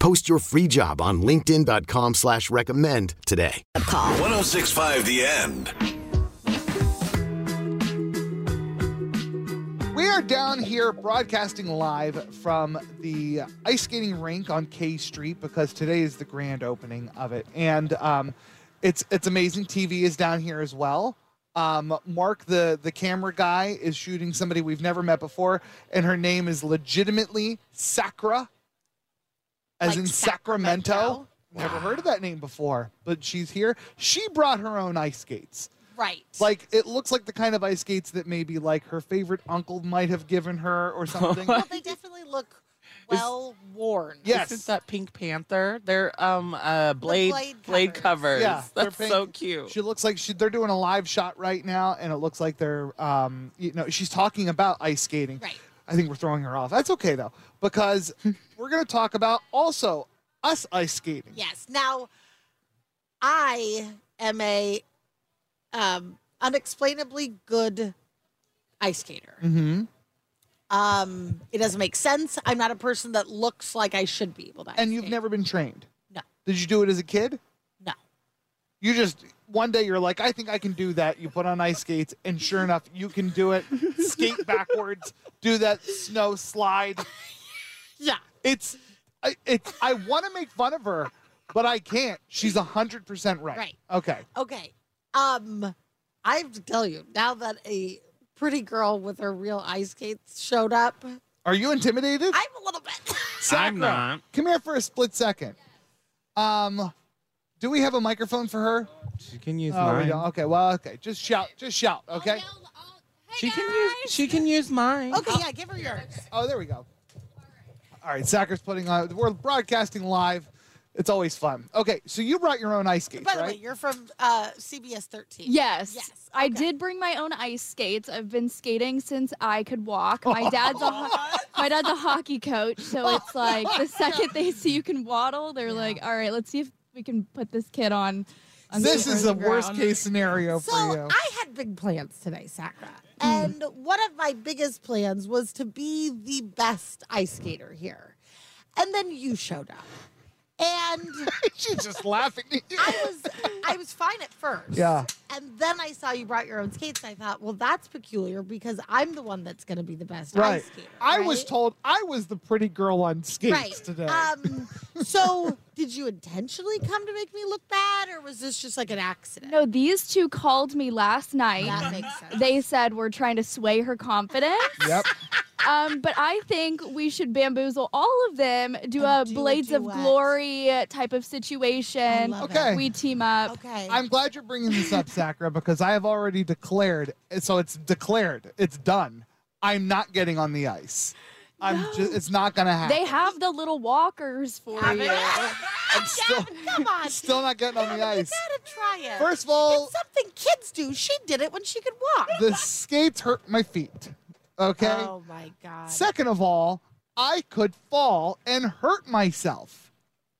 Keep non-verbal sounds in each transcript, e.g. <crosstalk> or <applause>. Post your free job on LinkedIn.com slash recommend today. Call 1065 The End. We are down here broadcasting live from the ice skating rink on K Street because today is the grand opening of it, and um, it's it's amazing. TV is down here as well. Um, Mark, the the camera guy, is shooting somebody we've never met before, and her name is legitimately Sacra, as Like in Sacramento. Sacramento? Never heard of that name before, but she's here. She brought her own ice skates. Right. Like it looks like the kind of ice skates that maybe like her favorite uncle might have given her <laughs> or something. well, they definitely <laughs> look well worn. yes. Isn't that Pink Panther? They're um uh blade blade blade, covers. Yeah, they're That's so pink. cute. She looks like she, they're doing a live shot right now, and it looks like they're, um, you know, she's talking about ice skating. Right. I think we're throwing her off. That's okay though, <laughs> because we're going to talk about also us ice skating. Yes. Now, I am a um, unexplainably good ice skater. hmm Um, it doesn't make sense. I'm not a person that looks like I should be able to. Ice And you've skate. never been trained. No. Did you do it as a kid? No. You just one day you're like, I think I can do that. You put on ice skates, and sure enough, you can do it. Skate backwards, do that snow slide. Yeah. It's, I, it's. I want to make fun of her, but I can't. She's hundred percent right. Right. Okay. Okay. Um, I have to tell you now that a pretty girl with her real ice skates showed up. I'm Are you intimidated? a little bit. <laughs> Sacra, Come here for a split second. Um, do we have a microphone for her? She can use Oh, we mine. don't. Okay. Well, okay. Just shout. Just shout. Okay. She can use she can use mine. okay. Yeah. Give her yours. Oh, there we go. All right, Sacker's putting on. We're broadcasting live. It's always fun. Okay, so you brought your own ice skates, By the way, right? you're from uh, CBS 13. Yes. Yes, I okay. did bring my own ice skates. I've been skating since I could <laughs> walk. My dad's a ho- my dad's a hockey coach, Oh so it's like the second they see you can waddle, they're like, "All right, let's see if we can put this kid on." on this is the the ground." worst case scenario So for you. I had big plans today, Sakura. And one of my biggest plans was to be the best ice skater here. And then you showed up. And <laughs> She's just laughing. at you. I was I was fine at first. Yeah. And then I saw you brought your own skates and I thought, well, that's peculiar because I'm the one that's gonna be the best <laughs> Right. ice skater. I was right? told I was the pretty girl on skates Right. today. <laughs> Um, so, did you intentionally come to make me look bad, or was this just like an accident? No, these two called me last night. that makes sense. They said we're trying to sway her confidence. yep. Um, but I think we should bamboozle all of them, do And a Oh, do a Blades of duet. Glory type of I situation. love it. Okay. We team up. Okay. I'm glad you're bringing this up, Sakura, because I have already declared. So it's declared. It's done. I'm not getting on the ice. I'm just. It's not gonna happen. They have the little walkers for Gavin, you. I'm still, <laughs> come on. still not getting on the Gavin, ice. You gotta try it. First of all, it's something kids do. She did it when she could walk. the skates hurt my feet. Okay. Oh my god. Second of all, I could fall and hurt myself.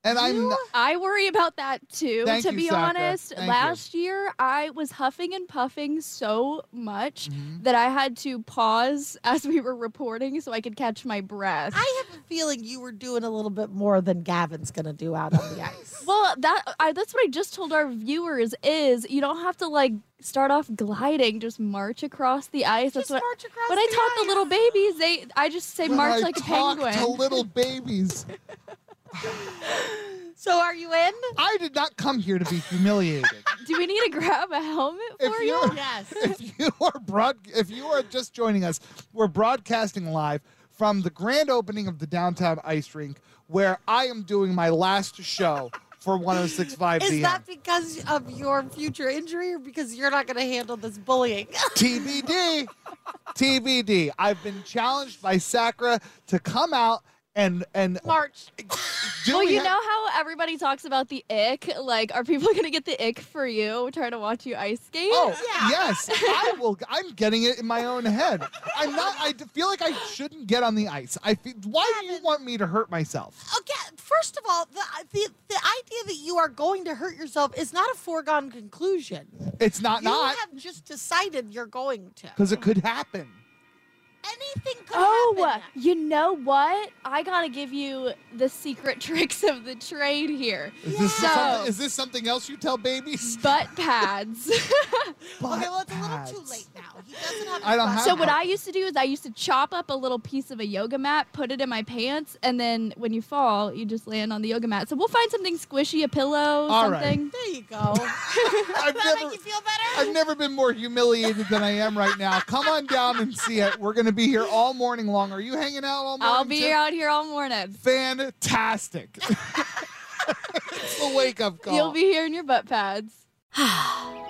And I'm not, I worry about that too, Thank to you, be Sakura. honest. Thank you. Last year, I was huffing and puffing so much that I had to pause <laughs> as we were reporting so I could catch my breath. I have a feeling you were doing a little bit more than Gavin's going to do out on the <laughs> ice. well, that I, that's what I just told our viewers is you don't have to like start off gliding, just march across the ice. Just That's what march across when I the taught ice. the little babies, they I just say when march I like a talk penguin. to little babies. So are you in? I did not come here to be humiliated. Do we need to <laughs> grab a helmet If for you're- you? Yes. <laughs> if you are broad, if you are just joining us, we're broadcasting live from the grand opening of the downtown ice rink, where I am doing my last show for 106.5 Is DM. that because of your future injury or because you're not going to handle this bullying? <laughs> TBD, TBD. I've been challenged by Sakura to come out and and March. do Well, we you have- know how everybody talks about the ick? Like, are people <laughs> going to get the ick for you trying to watch you ice skate? Oh yes, I will. I'm getting it in my own head. I'm not. I d- feel like I shouldn't get on the ice. I feel. Why do you Gavin. want me to hurt myself? Okay, first of all, the, the the idea that you are going to hurt yourself is not a foregone conclusion. It's not you not have just decided you're going to. because it could happen. Anything could uh, Oh, happen. you know what? I got to give you the secret <laughs> tricks of the trade here. Is this, Yeah. something, So- is this something else you tell babies? Butt pads. <laughs> Okay, well, it's a Butt little too pads. late now. He doesn't have. I his don't have glasses. so, what I used to do is I used to chop up a little piece of a yoga mat, put it in my pants, and then when you fall, you just land on the yoga mat. So, we'll find something squishy, a pillow, All right. something. There you <laughs> go. Does I've that never, make you feel better? I've never been more humiliated than I am right now. Come on down and see it. We're going to be here all morning long. Are you hanging out all morning? I'll be too? out here all morning. Fantastic. <laughs> it's the wake up call. You'll be here in your butt pads.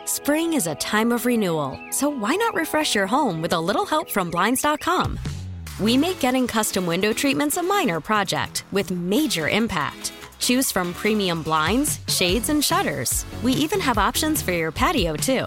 Spring is a time of renewal, so why not refresh your home with a little help from Blinds.com? We make getting custom window treatments a minor project with major impact. Choose from premium blinds, shades, and shutters. We even have options for your patio, too.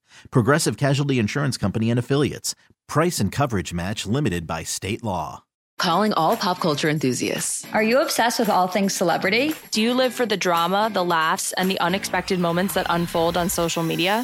Progressive Casualty Insurance Company and Affiliates. Price and coverage match limited by state law. Calling all pop culture enthusiasts. Are you obsessed with all things celebrity? Do you live for the drama, the laughs, and the unexpected moments that unfold on social media?